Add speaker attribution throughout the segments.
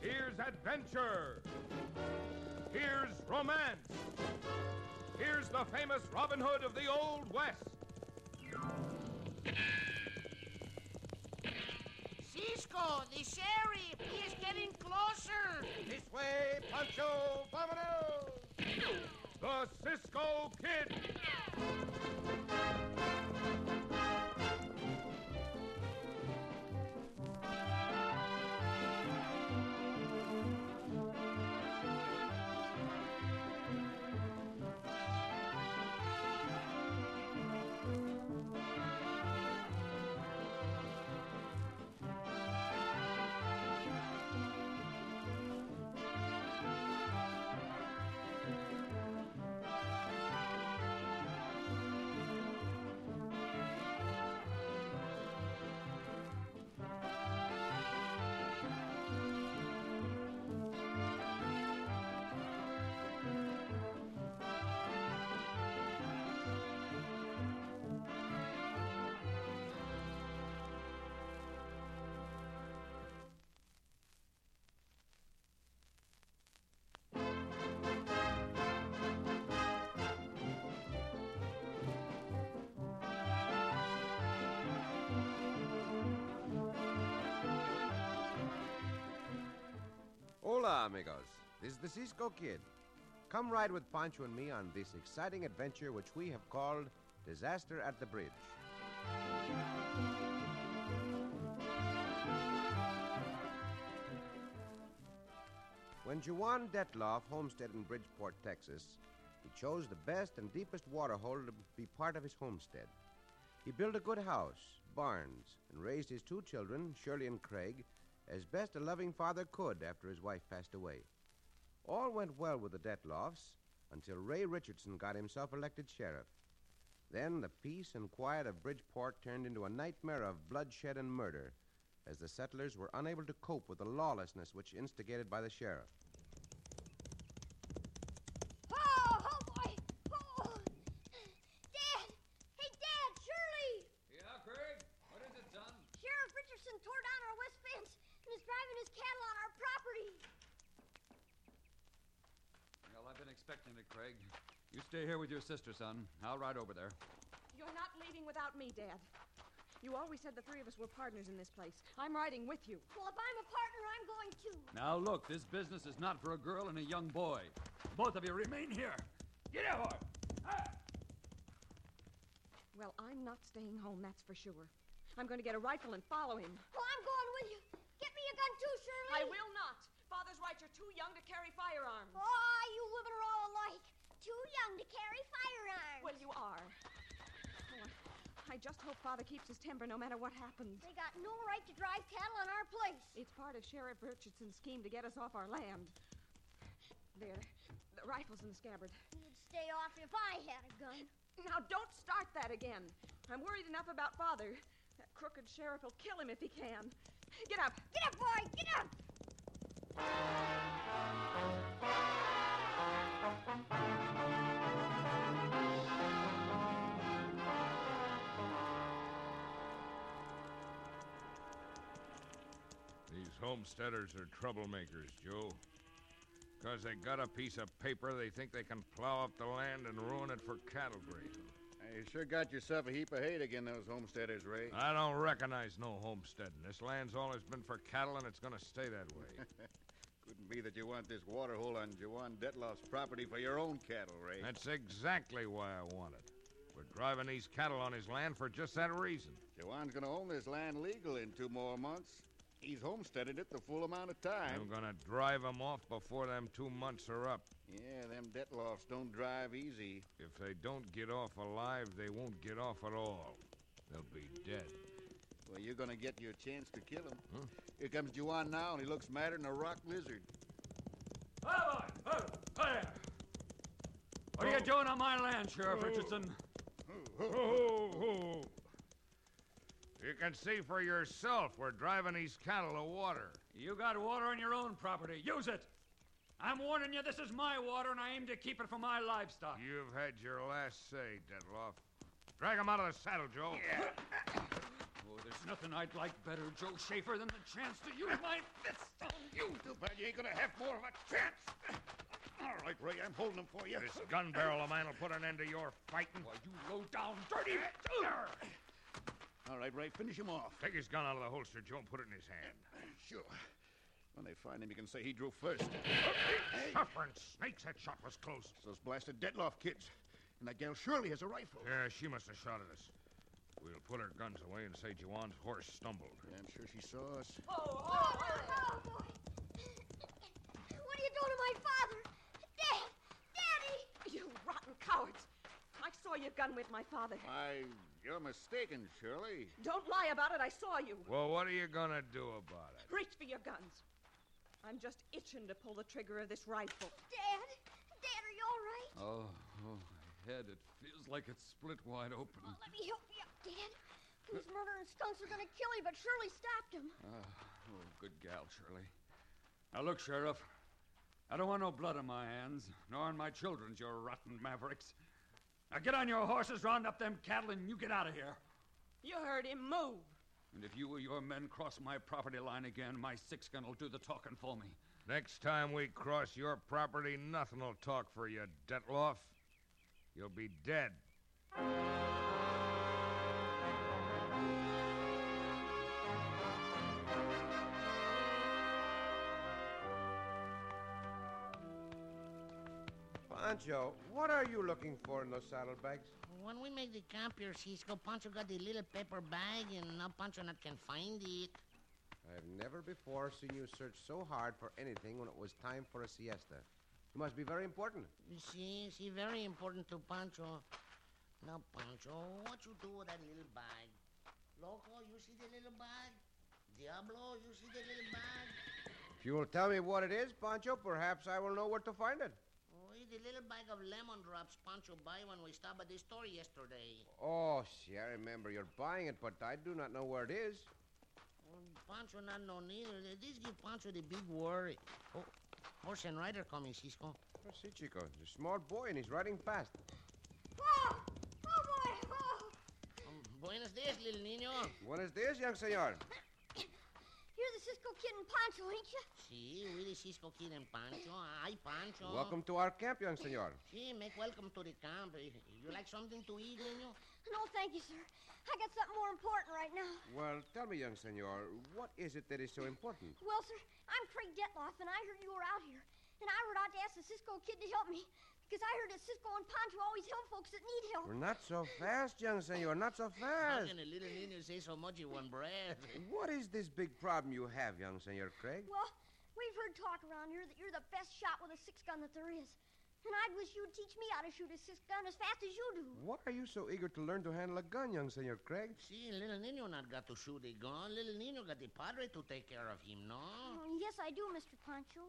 Speaker 1: Here's adventure. Here's romance. Here's the famous Robin Hood of the Old West.
Speaker 2: Cisco, the sheriff, he is getting closer.
Speaker 3: This way, Pancho, vamonos!
Speaker 1: The Cisco Kid.
Speaker 3: Hola, amigos. This is the Cisco Kid. Come ride with Pancho and me on this exciting adventure which we have called Disaster at the Bridge. When Juan Detloff homesteaded in Bridgeport, Texas, he chose the best and deepest water hole to be part of his homestead. He built a good house, barns, and raised his two children, Shirley and Craig, as best a loving father could after his wife passed away. All went well with the Detloffs until Ray Richardson got himself elected sheriff. Then the peace and quiet of Bridgeport turned into a nightmare of bloodshed and murder as the settlers were unable to cope with the lawlessness which instigated by the sheriff.
Speaker 4: Oh, oh boy! Oh! Dad! Hey, Dad! Shirley!
Speaker 5: Yeah, Craig? What is it, son?
Speaker 4: Sheriff Richardson tore down our west fence and is driving his cattle on our property.
Speaker 5: Well, I've been expecting it, Craig. You stay here with your sister, son. I'll ride over there.
Speaker 6: You're not leaving without me, Dad. You always said the three of us were partners in this place. I'm riding with you.
Speaker 4: Well, if I'm a partner, I'm going too.
Speaker 5: Now, look, this business is not for a girl and a young boy. Both of you remain here. Get out!
Speaker 6: Well, I'm not staying home, that's for sure. I'm going to get a rifle and follow him.
Speaker 4: Well, I'm going with you. Get me a gun too, Shirley.
Speaker 6: I will not. Father's right, you're too young to carry firearms.
Speaker 4: Oh, you women are all alike. Too young to carry firearms.
Speaker 6: Well, you are. Oh, I just hope Father keeps his temper no matter what happens.
Speaker 4: They got no right to drive cattle on our place.
Speaker 6: It's part of Sheriff Richardson's scheme to get us off our land. There, the rifle's in the scabbard.
Speaker 4: You'd stay off if I had a gun.
Speaker 6: Now, don't start that again. I'm worried enough about Father. That crooked sheriff will kill him if he can. Get up.
Speaker 4: Get up, boy! Get up!
Speaker 1: These homesteaders are troublemakers, Joe. Because they got a piece of paper, they think they can plow up the land and ruin it for cattle grazing.
Speaker 7: Hey, you sure got yourself a heap of hate again, those homesteaders, Ray.
Speaker 1: I don't recognize no homesteading. This land's always been for cattle, and it's going to stay that way.
Speaker 7: Couldn't be that you want this water hole on Jawan Detloff's property for your own cattle, Ray.
Speaker 1: That's exactly why I want it. We're driving these cattle on his land for just that reason.
Speaker 7: Jawan's going to own this land legal in two more months. He's homesteaded it the full amount of
Speaker 1: I'm
Speaker 7: time.
Speaker 1: going to drive them off before them two months are up.
Speaker 7: Yeah, them Detloffs don't drive easy.
Speaker 1: If they don't get off alive, they won't get off at all. They'll be dead.
Speaker 7: Well, you're going to get your chance to kill him. Here comes Juwan now, and he looks madder than a rock lizard.
Speaker 5: What are you doing on my land, Sheriff Richardson?
Speaker 1: Oh, You can see for yourself we're driving these cattle to water.
Speaker 5: You got water on your own property. Use it! I'm warning you, this is my water, and I aim to keep it for my livestock.
Speaker 1: You've had your last say, Detloff. Drag him out of the saddle, Joe.
Speaker 5: Well, Oh, there's nothing I'd like better, Joe Schaefer, than the chance to use my fist on you.
Speaker 7: Too bad you ain't gonna have more of a chance. All right, Ray, I'm holding him for you.
Speaker 1: This gun barrel of mine will put an end to your fighting.
Speaker 5: Why, you low down, dirty fooler!
Speaker 7: All right, Ray, finish him off.
Speaker 1: Take his gun out of the holster, Joe, and put it in his hand.
Speaker 7: Sure. When they find him, you can say he drew first.
Speaker 1: Suffering snakes, that shot was close.
Speaker 7: Those blasted Detloff kids. And that gal surely has a rifle.
Speaker 1: Yeah, she must have shot at us. We'll put our guns away and say Juwan's horse stumbled.
Speaker 7: Yeah, I'm sure she saw us.
Speaker 4: Oh, oh, boy. What are you doing to my father? Dad! Daddy!
Speaker 6: You rotten cowards! I saw your gun with my father.
Speaker 7: Why, you're mistaken, Shirley.
Speaker 6: Don't lie about it. I saw you.
Speaker 1: Well, what are you gonna do about it?
Speaker 6: Reach for your guns. I'm just itching to pull the trigger of this rifle.
Speaker 4: Dad! Dad, are you all right?
Speaker 5: Oh, oh, my head. It feels like it's split wide open.
Speaker 4: Oh, let me help you up, Dad. These murdering skunks are gonna kill you, but Shirley stopped him.
Speaker 5: Oh, good gal, Shirley. Now, look, Sheriff. I don't want no blood on my hands, nor on my children's, you rotten mavericks. Now get on your horses, round up them cattle, and you get out of here.
Speaker 6: You heard him move.
Speaker 5: And if you or your men cross my property line again, my six gun will do the talking for me.
Speaker 1: Next time we cross your property, nothing will talk for you, Detloff. You'll be dead.
Speaker 3: Pancho, what are you looking for in those saddlebags?
Speaker 2: When we make the camp here, Cisco, Pancho got the little paper bag, and now Pancho not can find it.
Speaker 3: I've never before seen you search so hard for anything when it was time for a siesta. You must be very important.
Speaker 2: You see, see, very important to Pancho. Now, Pancho, what you do with that little bag? Loco, you see the little bag? Diablo, you see the little bag?
Speaker 3: If you will tell me what it is, Pancho, perhaps I will know where to find it.
Speaker 2: Oh, it's the little bag of lemon drops Pancho buy when we stopped at the store yesterday.
Speaker 3: Oh, see, I remember you're buying it, but I do not know where it is.
Speaker 2: Well, Pancho not know neither. Th- eh, This give Pancho the big worry. Oh, horse and rider coming, Cisco.
Speaker 3: I see, Chico. He's a small boy and he's riding fast.
Speaker 4: Oh! Oh, boy! Oh!
Speaker 2: Um, buenos dias, little niño.
Speaker 3: What is this, young senor?
Speaker 4: You're the Cisco Kid and Poncho, ain't you?
Speaker 2: Si, we the Cisco kid and Pancho. Hi, Pancho.
Speaker 3: Welcome to our camp, young senor.
Speaker 2: Si, make welcome to the camp. Eh, You like something to eat, niño?
Speaker 4: No, thank you, sir. I got something more important right now.
Speaker 3: Well, tell me, young senor, what is it that is so important?
Speaker 4: Well, sir, I'm Craig Detloff, and I heard you were out here. And I rode out to ask the Cisco Kid to help me. Because I heard that Cisco and Poncho always help folks that need help.
Speaker 3: Well, not so fast, young senor, not so
Speaker 2: How
Speaker 3: fast.
Speaker 2: can a little niño say so much in one breath?
Speaker 3: What is this big problem you have, young senor Craig?
Speaker 4: Well, we've heard talk around here that you're the best shot with a six gun that there is. And I'd wish you'd teach me how to shoot a six gun as fast as you do.
Speaker 3: What are you so eager to learn to handle a gun, young senor Craig?
Speaker 2: See, little niño not got to shoot a gun. Little niño got the padre to take care of him, no?
Speaker 4: Oh, yes, I do, Mr. Poncho.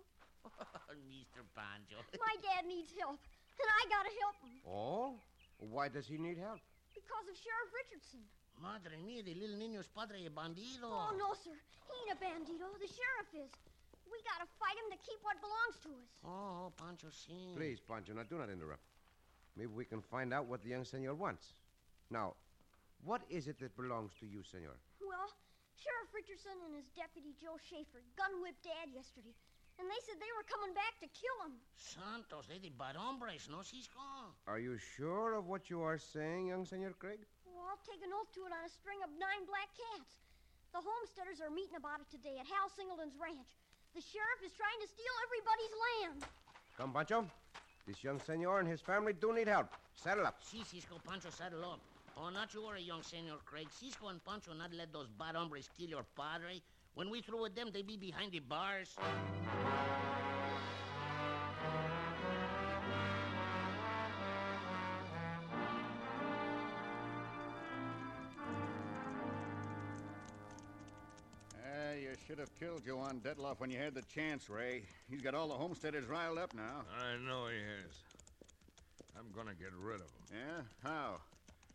Speaker 2: Mr. Pancho.
Speaker 4: My dad needs help, and I gotta help him
Speaker 3: Oh? Why does he need help?
Speaker 4: because of Sheriff Richardson.
Speaker 2: Madre mia, the little niño's padre a bandido.
Speaker 4: Oh, no, sir. He ain't a bandito. The sheriff is. We gotta fight him to keep what belongs to us.
Speaker 2: Oh, Pancho, si.
Speaker 3: Please, Pancho, now do not interrupt. Maybe we can find out what the young senor wants. Now, what is it that belongs to you, senor?
Speaker 4: Well, Sheriff Richardson and his deputy Joe Schaefer gun whipped Dad yesterday, and they said they were coming back to kill him.
Speaker 2: Santos, they the bad hombres, no, Cisco?
Speaker 3: Are you sure of what you are saying, young senor Craig?
Speaker 4: Well, I'll take an oath to it on a string of nine black cats. The homesteaders are meeting about it today at Hal Singleton's ranch. The sheriff is trying to steal everybody's land.
Speaker 3: Come, Pancho. This young senor and his family do need help. Saddle up.
Speaker 2: Si, Cisco, Pancho, saddle up. Oh, not you worry, young senor Craig. Cisco and Pancho not let those bad hombres kill your padre. When we through with them, they be behind the bars.
Speaker 7: Ah, you should have killed Joanne Detloff when you had the chance, Ray. He's got all the homesteaders riled up now.
Speaker 1: I know he is. I'm gonna get rid of him.
Speaker 7: Yeah? How?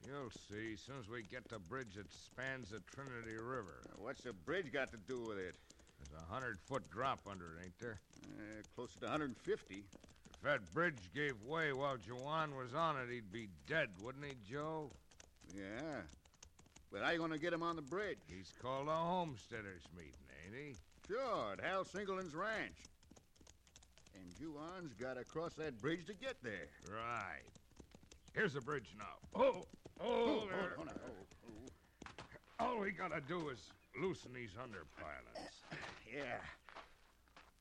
Speaker 1: You'll see, soon as we get the bridge that spans the Trinity River.
Speaker 7: What's the bridge got to do with it?
Speaker 1: There's a hundred foot drop under it, ain't there?
Speaker 7: Uh, closer to 150.
Speaker 1: If that bridge gave way while Juwan was on it, he'd be dead, wouldn't he, Joe?
Speaker 7: Yeah. But how you gonna get him on the bridge?
Speaker 1: He's called a homesteaders meeting, ain't he?
Speaker 7: Sure, at Hal Singleton's ranch. And Juwan's gotta cross that bridge to get there.
Speaker 1: Right. Here's the bridge now. Oh, oh, there.
Speaker 7: hold on, hold on.
Speaker 1: all we gotta do is loosen these underpilings.
Speaker 7: Yeah.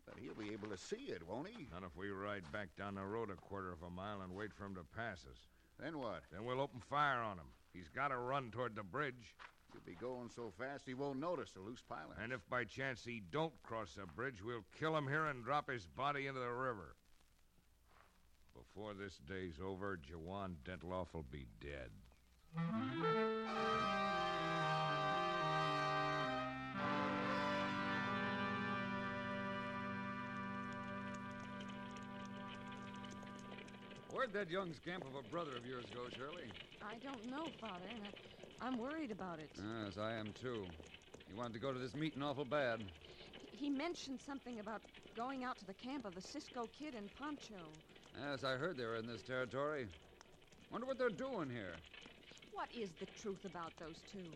Speaker 7: But he'll be able to see it, won't he?
Speaker 1: Not if we ride back down the road a quarter of a mile and wait for him to pass us.
Speaker 7: Then what?
Speaker 1: Then we'll open fire on him. He's gotta run toward the bridge.
Speaker 7: He'll be going so fast he won't notice the loose pilot.
Speaker 1: And if by chance he don't cross the bridge, we'll kill him here and drop his body into the river. Before this day's over, Jawan Dentloff will be dead.
Speaker 5: Where'd that young scamp of a brother of yours go, Shirley?
Speaker 8: I don't know, Father, and I, I'm worried about it.
Speaker 5: Yes, I am too. He wanted to go to this meeting awful bad.
Speaker 8: He mentioned something about going out to the camp of the Cisco Kid and Poncho.
Speaker 5: Yes, I heard they were in this territory. Wonder what they're doing here.
Speaker 8: What is the truth about those two?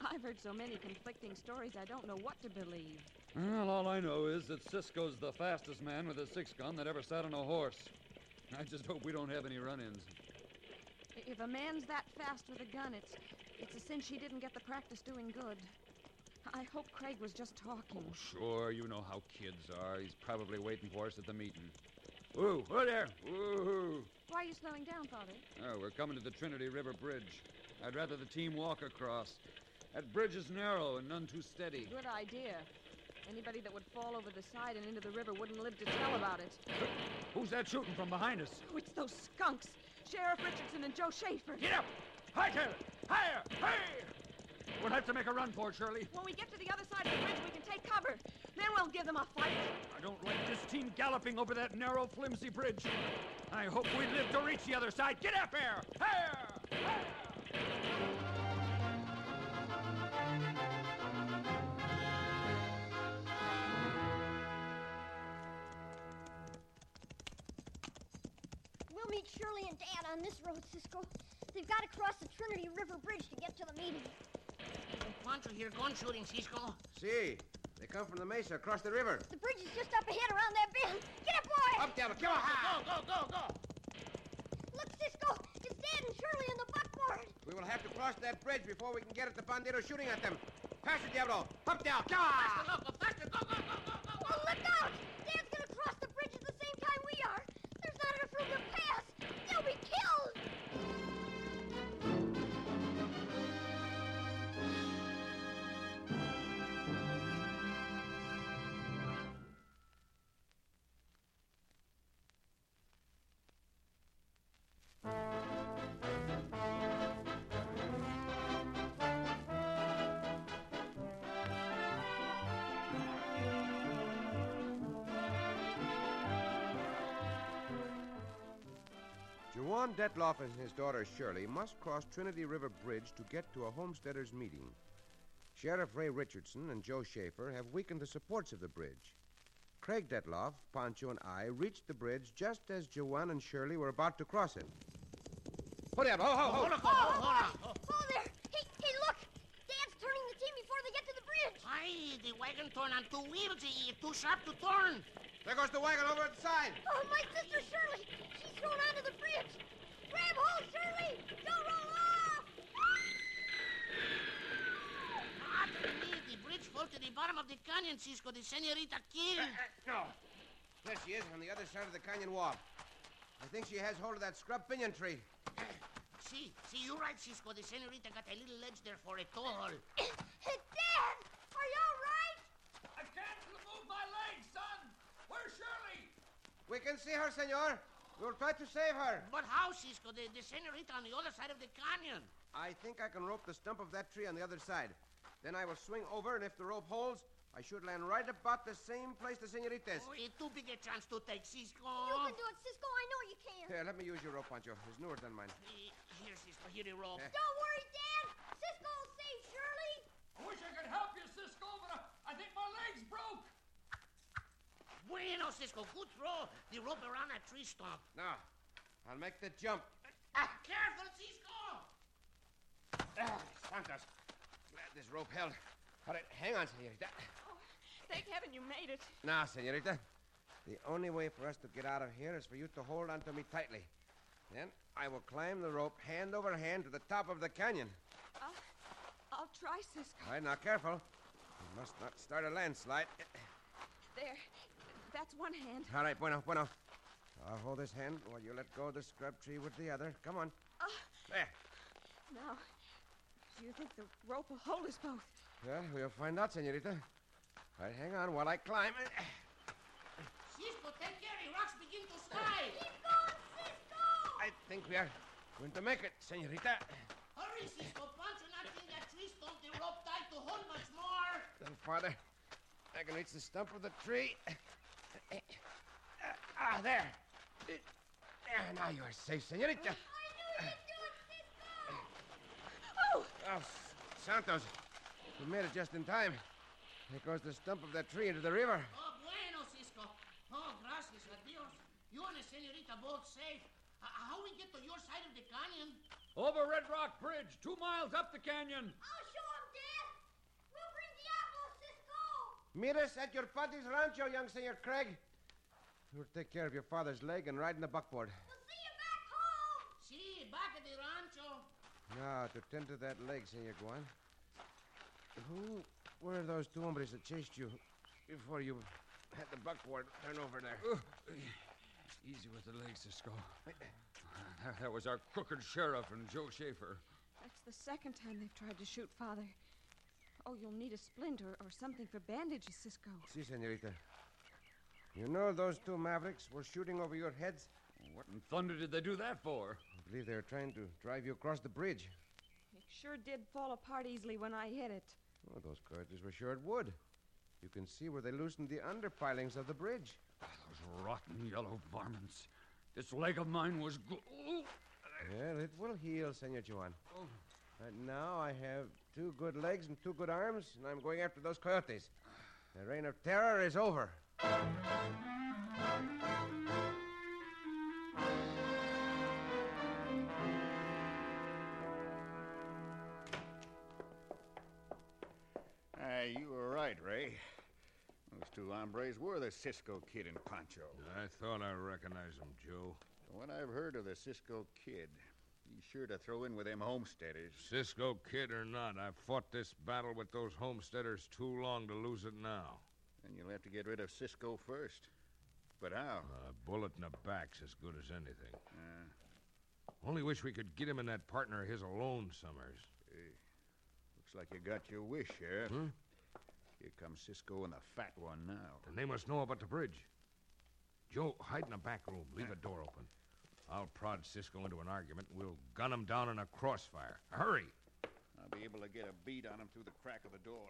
Speaker 8: I've heard so many conflicting stories, I don't know what to believe.
Speaker 5: Well, all I know is that Cisco's the fastest man with a six gun that ever sat on a horse. I just hope we don't have any run ins.
Speaker 8: I- If a man's that fast with a gun, it's, it's a cinch he didn't get the practice doing good. I hope Craig was just talking.
Speaker 5: Oh, Sure, you know how kids are. He's probably waiting for us at the meeting. Ooh, oh there! Ooh!
Speaker 8: Why are you slowing down, Father?
Speaker 5: Oh, we're coming to the Trinity River Bridge. I'd rather the team walk across. That bridge is narrow and none too steady.
Speaker 8: Good idea. Anybody that would fall over the side and into the river wouldn't live to tell about it.
Speaker 5: Who's that shooting from behind us?
Speaker 8: Oh, it's those skunks. Sheriff Richardson and Joe Schaefer.
Speaker 5: Get up! Hightail it! Higher! Hey! We'll have to make a run for it, Shirley.
Speaker 6: When we get to the other side of the bridge, we can take cover. Then we'll give them a fight.
Speaker 5: I don't like this team galloping over that narrow, flimsy bridge. I hope we live to reach the other side. Get up here! Here!
Speaker 4: We'll meet Shirley and Dad on this road, Cisco. They've got to cross the Trinity River Bridge to get to the meeting.
Speaker 2: Can Pancho hear gun shooting, Cisco?
Speaker 3: See, they come from the mesa across the river.
Speaker 4: The bridge is just up ahead around that bend. Get up, boy!
Speaker 3: Up, devil, come on!
Speaker 2: go, go, go!
Speaker 4: Look, Cisco! It's Dad and Shirley in the buckboard!
Speaker 3: We will have to cross that bridge before we can get at the banditos shooting at them. Faster, Diablo! Up, devil, come on!
Speaker 2: Loco, faster, go, go, go, go, go!
Speaker 4: Oh, look out! Dad's gonna cross the bridge at the same time we are! There's not enough room to pass! They'll be killed!
Speaker 3: Juwan Detloff and his daughter Shirley must cross Trinity River Bridge to get to a homesteaders' meeting. Sheriff Ray Richardson and Joe Schaefer have weakened the supports of the bridge. Craig Detloff, Pancho, and I reached the bridge just as Juwan and Shirley were about to cross it. Put up! Ho, ho, ho!
Speaker 2: Loco, hold on!
Speaker 4: Oh, there! Hey, hey, look! Dad's turning the team before they get to the bridge!
Speaker 2: Aye, the wagon turn on two wheels. eh, Too sharp to turn.
Speaker 3: There goes the wagon over at the side!
Speaker 4: Oh, my sister Shirley! She's thrown onto the bridge! Grab hold, Shirley! Don't roll off!
Speaker 2: Ah, the bridge falls to the bottom of the canyon, Cisco. The senorita killed.
Speaker 3: No. There she is on the other side of the canyon wall. I think she has hold of that scrub pinion tree.
Speaker 2: See, see, you're right, Cisco. The senorita got a little ledge there for a toll.
Speaker 4: Dad! Ah! Are you alright?
Speaker 5: I can't move my legs, son! Where's Shirley?
Speaker 3: We can see her, senor. We'll try to save her.
Speaker 2: But how, Cisco? The, the senorita on the other side of the canyon.
Speaker 3: I think I can rope the stump of that tree on the other side. Then I will swing over, and if the rope holds, I should land right about the same place the senorita is.
Speaker 2: Oh, eh, too big a chance to take, Cisco.
Speaker 4: You can do it, Cisco. I know you can.
Speaker 3: Here, let me use your rope, Pancho. It's newer than mine.
Speaker 2: Eh, Here, Cisco. Here the rope.
Speaker 3: Eh.
Speaker 4: Don't worry, Dad. Cisco will save Shirley.
Speaker 5: I wish I could help you, Cisco, but I, I think my legs broke.
Speaker 2: Bueno, Cisco. Good throw. The rope around that tree stump.
Speaker 3: Now, I'll make the jump.
Speaker 2: Ah, careful, Cisco.
Speaker 9: Ah, Santos. Glad this rope held. All right, hang on, senorita.
Speaker 6: Thank heaven you made it.
Speaker 9: Now, senorita,
Speaker 3: The only way for us to get out of here is for you to hold onto me tightly. Then I will climb the rope hand over hand to the top of the canyon.
Speaker 6: I'll, I'll try, Cisco.
Speaker 3: All right, now careful. You must not start a landslide.
Speaker 6: There. That's one hand.
Speaker 3: All right, bueno, bueno. I'll hold this hand while you let go of the scrub tree with the other. Come on. There.
Speaker 6: Now, do you think the rope will hold us both?
Speaker 3: Well, we'll find out, senorita. All right, hang on while I climb.
Speaker 2: Cisco, take care. The rocks begin to slide.
Speaker 3: I think we are going to make it, senorita.
Speaker 2: Hurry, Cisco. Pancho not in that tree stump. The rope tied to hold much more.
Speaker 3: A little farther. I can reach the stump of the tree. Ah, there. There, now you are safe, senorita.
Speaker 6: Oh!
Speaker 3: Oh, S- Santos, you made it just in time. There goes the stump of that tree into the river.
Speaker 2: Oh, bueno, Cisco. Oh, gracias a Dios. You and the senorita both safe. H- how we get to your side of the canyon?
Speaker 5: Over Red Rock Bridge, two miles up the canyon.
Speaker 4: I'll show him, Dad. We'll bring Diablo, Cisco.
Speaker 3: Meet us at your father's rancho, young Senor Craig. You'll take care of your father's leg and ride in the buckboard.
Speaker 4: We'll see you back home.
Speaker 2: See, back at the rancho.
Speaker 3: Now, Ah, to tend to that leg, Senor Guan. Who were those two hombres that chased you before you had the buckboard turn over there?
Speaker 5: Easy with the legs, Cisco. That- That was our crooked sheriff and Joe Schaefer.
Speaker 8: That's the second time they've tried to shoot Father. Oh, you'll need a splint or, or something for bandages, Cisco.
Speaker 3: Si, senorita. You know those two mavericks were shooting over your heads?
Speaker 5: What in thunder did they do that for?
Speaker 3: I believe they were trying to drive you across the bridge.
Speaker 8: It sure did fall apart easily when I hit it.
Speaker 3: Oh, those cartridges were sure it would. You can see where they loosened the underpilings of the bridge.
Speaker 5: Ah, Those rotten yellow varmints. This leg of mine was. Gl- Ooh.
Speaker 3: Well, it will heal, Senor Juan.
Speaker 5: Oh.
Speaker 3: Right now I have two good legs and two good arms, and I'm going after those coyotes. The reign of terror is over.
Speaker 7: Ah, you were right, Ray. Those two hombres were the Cisco Kid and Pancho.
Speaker 1: I thought I recognized him, Joe.
Speaker 7: From what I've heard of the Cisco Kid, he's sure to throw in with them homesteaders.
Speaker 1: Cisco kid or not, I fought this battle with those homesteaders too long to lose it now.
Speaker 7: And you'll have to get rid of Cisco first. But how?
Speaker 1: A bullet in the back's as good as anything.
Speaker 7: Uh,
Speaker 1: Only wish we could get him and that partner of his alone, Summers.
Speaker 7: looks like you got your wish, Sheriff.
Speaker 1: Hmm?
Speaker 7: Here comes Cisco and the fat one now.
Speaker 1: And they must know about the bridge. Joe, hide in the back room. Leave a door open. I'll prod Cisco into an argument. and We'll gun him down in a crossfire. Hurry!
Speaker 7: I'll be able to get a bead on him through the crack of the door.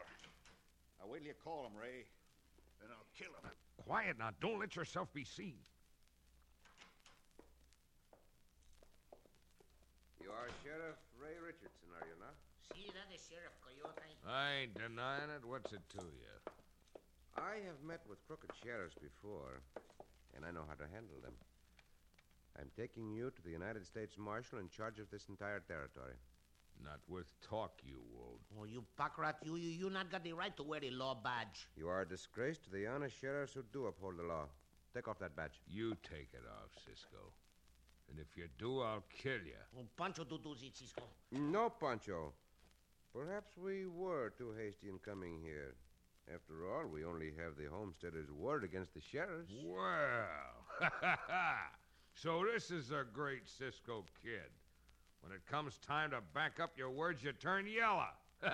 Speaker 7: Now wait till you call him, Ray. Then I'll kill him.
Speaker 1: Quiet now. Don't let yourself be seen.
Speaker 3: You are Sheriff Ray Richardson, are you not?
Speaker 2: See, that is Sheriff Coyote.
Speaker 1: I ain't denying it. What's it to you?
Speaker 3: I have met with crooked sheriffs before, and I know how to handle them. I'm taking you to the United States Marshal in charge of this entire territory.
Speaker 1: Not worth talk, you won't.
Speaker 2: Oh, you packrat, you, you, you not got the right to wear a law badge.
Speaker 3: You are a disgrace to the honest sheriffs who do uphold the law. Take off that badge.
Speaker 1: You take it off, Cisco. And if you do, I'll kill you.
Speaker 2: Oh, Pancho do do it, Cisco.
Speaker 3: No, Pancho. Perhaps we were too hasty in coming here. After all, we only have the homesteaders' word against the sheriffs.
Speaker 1: Well, so this is a great Cisco kid. When it comes time to back up your words, you turn yellow.
Speaker 2: Uh,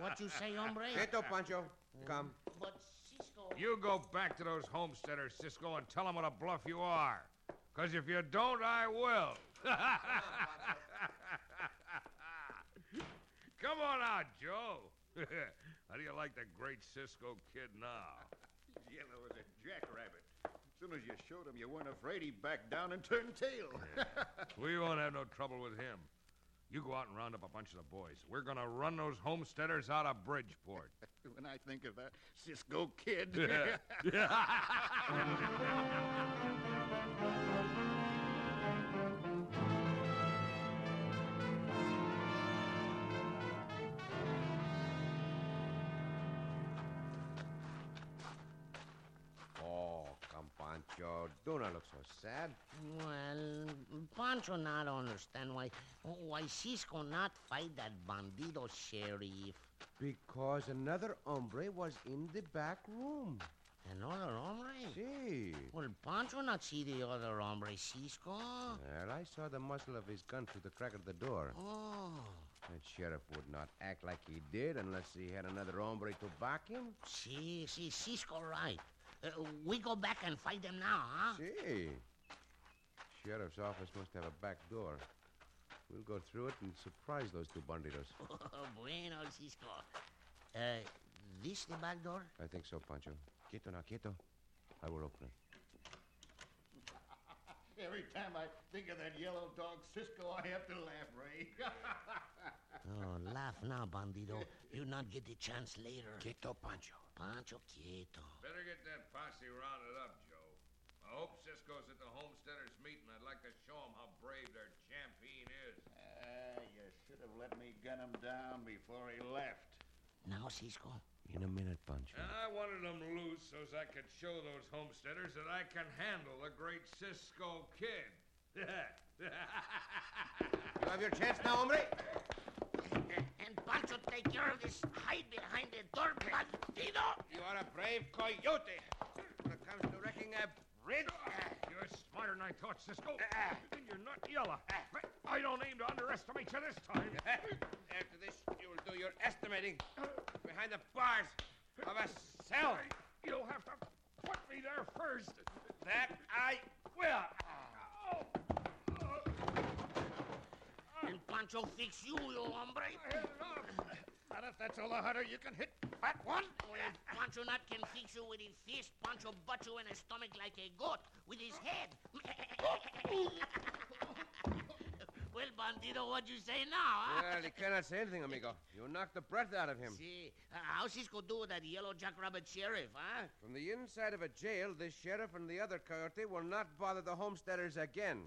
Speaker 2: what you say, hombre?
Speaker 3: Quieto, Pancho. Come.
Speaker 2: But Cisco.
Speaker 1: you go back to those homesteaders, Cisco, and tell them what a bluff you are. Because if you don't, I will. Come on out, Joe. How do you like the great Cisco kid now?
Speaker 7: Yellow as a jackrabbit. As soon as you showed him you weren't afraid, he backed down and turned tail.
Speaker 1: We won't have no trouble with him. You go out and round up a bunch of the boys. We're going to run those homesteaders out of Bridgeport.
Speaker 7: when I think of that Cisco Kid.
Speaker 3: Oh, Pancho, do not look so sad.
Speaker 2: Well, Pancho not understand why why Cisco not fight that bandido sheriff.
Speaker 3: Because another hombre was in the back room.
Speaker 2: Another hombre?
Speaker 3: See.
Speaker 2: Well, Pancho not see the other hombre, Cisco.
Speaker 3: Well, I saw the muzzle of his gun through the crack of the door.
Speaker 2: Oh,
Speaker 3: That sheriff would not act like he did unless he had another hombre to back him.
Speaker 2: see, see, Cisco right. Uh, we go back and fight them now, huh?
Speaker 3: Ah. See. Sheriff's office must have a back door. We'll go through it and surprise those two banditos.
Speaker 2: bueno, Cisco. Uh, this the back door?
Speaker 3: I think so, Pancho. Quieto now, quieto. I will open it.
Speaker 7: Every time I think of that yellow dog Cisco, I have to laugh, Ray.
Speaker 2: Oh, laugh now, bandido. You not get the chance later.
Speaker 3: Quieto, Pancho.
Speaker 2: Pancho quieto.
Speaker 1: Better get that posse rounded up, Joe. I hope Cisco's at the homesteaders' meeting. I'd like to show 'em how brave their champion is.
Speaker 7: Ah, you should have let me gun him down before he left.
Speaker 2: Now, Cisco.
Speaker 3: In a minute, Pancho.
Speaker 1: And I wanted 'em loose so's I could show those homesteaders that I can handle the great Cisco kid.
Speaker 3: You have your chance now, hombre.
Speaker 2: And Pancho take care of this hide behind the door, bandido.
Speaker 9: You are a brave coyote. When it comes to wrecking a bridge,
Speaker 1: Ah,
Speaker 9: Ah,
Speaker 1: You're smarter than I thought, Cisco. And you're not yellow. But I don't aim to underestimate you this time. Uh,
Speaker 9: after this, you will do your estimating behind the bars of a cell.
Speaker 1: You'll have to put me there first.
Speaker 9: That I will.
Speaker 1: Oh,
Speaker 2: And Pancho fix you, you hombre.
Speaker 9: Not if that's all the harder you can hit that one.
Speaker 2: Well, if Pancho not can fix you with his fist, Pancho butt you in the stomach like a goat with his head. well, bandido, what you say now, huh?
Speaker 3: Well, he cannot say anything, amigo. You knocked the breath out of him.
Speaker 2: See, uh, how's Cisco do with that yellow jackrabbit sheriff, huh?
Speaker 3: From the inside of a jail, this sheriff and the other coyote will not bother the homesteaders again.